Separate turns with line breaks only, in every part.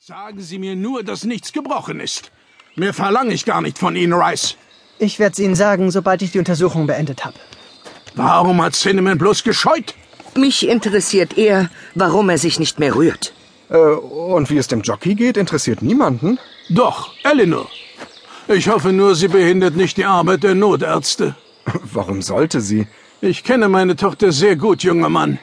Sagen Sie mir nur, dass nichts gebrochen ist. Mehr verlange ich gar nicht von Ihnen, Rice.
Ich werde es Ihnen sagen, sobald ich die Untersuchung beendet habe.
Warum hat Cinnamon bloß gescheut?
Mich interessiert eher, warum er sich nicht mehr rührt.
Äh, und wie es dem Jockey geht, interessiert niemanden.
Doch, Eleanor. Ich hoffe nur, sie behindert nicht die Arbeit der Notärzte.
Warum sollte sie?
Ich kenne meine Tochter sehr gut, junger Mann.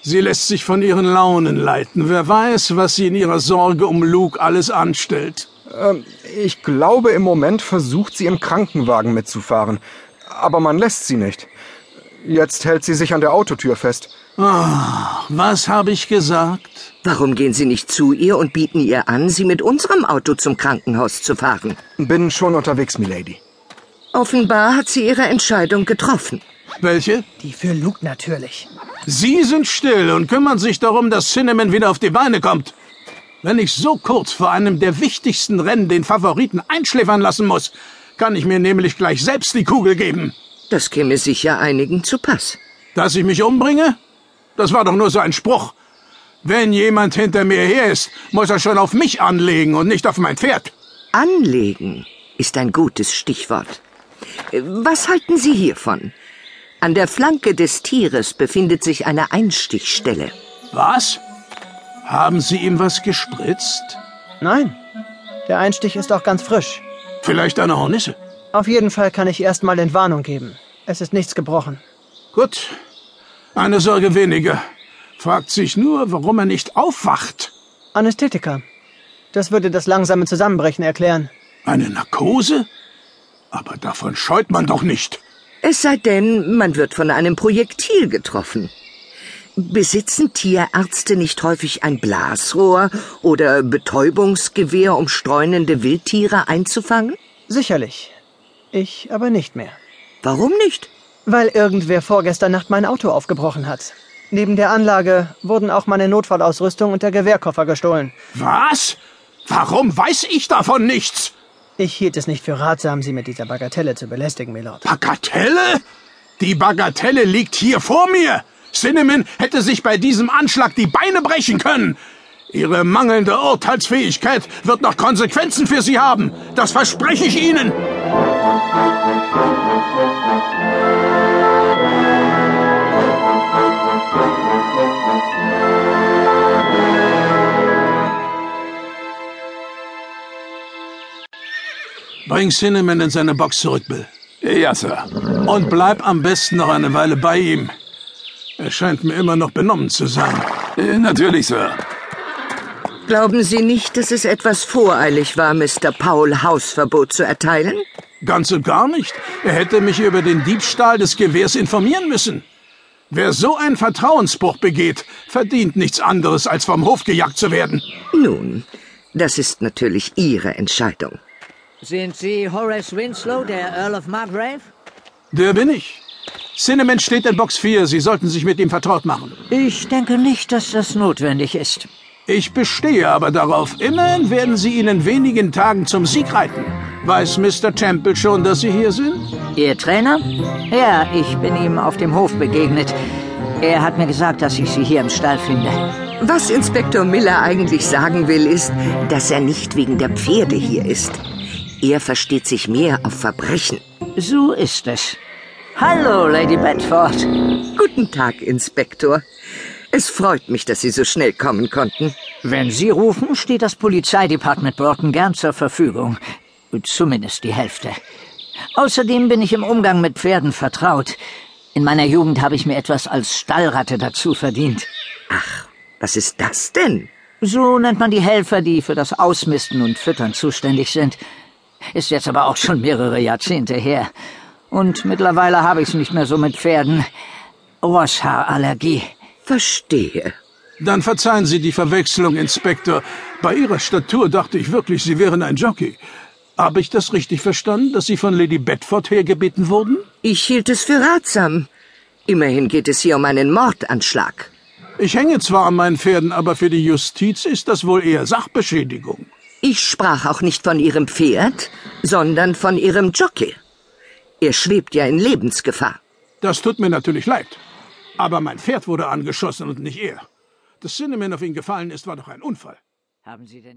Sie lässt sich von ihren Launen leiten. Wer weiß, was sie in ihrer Sorge um Luke alles anstellt.
Ähm, ich glaube, im Moment versucht sie im Krankenwagen mitzufahren. Aber man lässt sie nicht. Jetzt hält sie sich an der Autotür fest.
Ah, was habe ich gesagt?
Warum gehen Sie nicht zu ihr und bieten ihr an, sie mit unserem Auto zum Krankenhaus zu fahren?
Bin schon unterwegs, Milady.
Offenbar hat sie ihre Entscheidung getroffen.
Welche?
Die für Luke natürlich.
Sie sind still und kümmern sich darum, dass Cinnamon wieder auf die Beine kommt. Wenn ich so kurz vor einem der wichtigsten Rennen den Favoriten einschläfern lassen muss, kann ich mir nämlich gleich selbst die Kugel geben.
Das käme sicher einigen zu Pass.
Dass ich mich umbringe? Das war doch nur so ein Spruch. Wenn jemand hinter mir her ist, muss er schon auf mich anlegen und nicht auf mein Pferd.
Anlegen ist ein gutes Stichwort. Was halten Sie hiervon? An der Flanke des Tieres befindet sich eine Einstichstelle.
Was? Haben Sie ihm was gespritzt?
Nein, der Einstich ist auch ganz frisch.
Vielleicht eine Hornisse?
Auf jeden Fall kann ich erstmal Entwarnung geben. Es ist nichts gebrochen.
Gut. Eine Sorge weniger. Fragt sich nur, warum er nicht aufwacht.
Anästhetika. Das würde das langsame Zusammenbrechen erklären.
Eine Narkose? Aber davon scheut man doch nicht.
Es sei denn, man wird von einem Projektil getroffen. Besitzen Tierärzte nicht häufig ein Blasrohr oder Betäubungsgewehr, um streunende Wildtiere einzufangen?
Sicherlich. Ich aber nicht mehr.
Warum nicht?
Weil irgendwer vorgestern Nacht mein Auto aufgebrochen hat. Neben der Anlage wurden auch meine Notfallausrüstung und der Gewehrkoffer gestohlen.
Was? Warum weiß ich davon nichts?
Ich hielt es nicht für ratsam, Sie mit dieser Bagatelle zu belästigen, Milord.
Bagatelle? Die Bagatelle liegt hier vor mir. Cinnamon hätte sich bei diesem Anschlag die Beine brechen können. Ihre mangelnde Urteilsfähigkeit wird noch Konsequenzen für Sie haben. Das verspreche ich Ihnen. Bring Cinnamon in seine Box zurück, Bill.
Ja, Sir.
Und bleib am besten noch eine Weile bei ihm. Er scheint mir immer noch benommen zu sein.
Äh, Natürlich, Sir.
Glauben Sie nicht, dass es etwas voreilig war, Mr. Powell Hausverbot zu erteilen?
Ganz und gar nicht. Er hätte mich über den Diebstahl des Gewehrs informieren müssen. Wer so einen Vertrauensbruch begeht, verdient nichts anderes, als vom Hof gejagt zu werden.
Nun, das ist natürlich Ihre Entscheidung.
Sind Sie Horace Winslow, der Earl of Margrave?
Der bin ich. Cinnamon steht in Box 4. Sie sollten sich mit ihm vertraut machen.
Ich denke nicht, dass das notwendig ist.
Ich bestehe aber darauf. Immerhin werden Sie ihn in wenigen Tagen zum Sieg reiten. Weiß Mr. Temple schon, dass Sie hier sind?
Ihr Trainer? Ja, ich bin ihm auf dem Hof begegnet. Er hat mir gesagt, dass ich Sie hier im Stall finde.
Was Inspektor Miller eigentlich sagen will, ist, dass er nicht wegen der Pferde hier ist. Er versteht sich mehr auf Verbrechen.
So ist es. Hallo, Lady Bedford.
Guten Tag, Inspektor. Es freut mich, dass Sie so schnell kommen konnten.
Wenn Sie rufen, steht das Polizeidepartement Burton gern zur Verfügung. Zumindest die Hälfte. Außerdem bin ich im Umgang mit Pferden vertraut. In meiner Jugend habe ich mir etwas als Stallratte dazu verdient.
Was ist das denn?
So nennt man die Helfer, die für das Ausmisten und Füttern zuständig sind. Ist jetzt aber auch schon mehrere Jahrzehnte her. Und mittlerweile habe ich es nicht mehr so mit Pferden. Rosshaarallergie.
Verstehe.
Dann verzeihen Sie die Verwechslung, Inspektor. Bei Ihrer Statur dachte ich wirklich, Sie wären ein Jockey. Habe ich das richtig verstanden, dass Sie von Lady Bedford hergebeten wurden?
Ich hielt es für ratsam. Immerhin geht es hier um einen Mordanschlag.
Ich hänge zwar an meinen Pferden, aber für die Justiz ist das wohl eher Sachbeschädigung.
Ich sprach auch nicht von Ihrem Pferd, sondern von Ihrem Jockey. Er schwebt ja in Lebensgefahr.
Das tut mir natürlich leid. Aber mein Pferd wurde angeschossen und nicht er. Dass Cinnamon auf ihn gefallen ist, war doch ein Unfall.
Haben Sie denn nie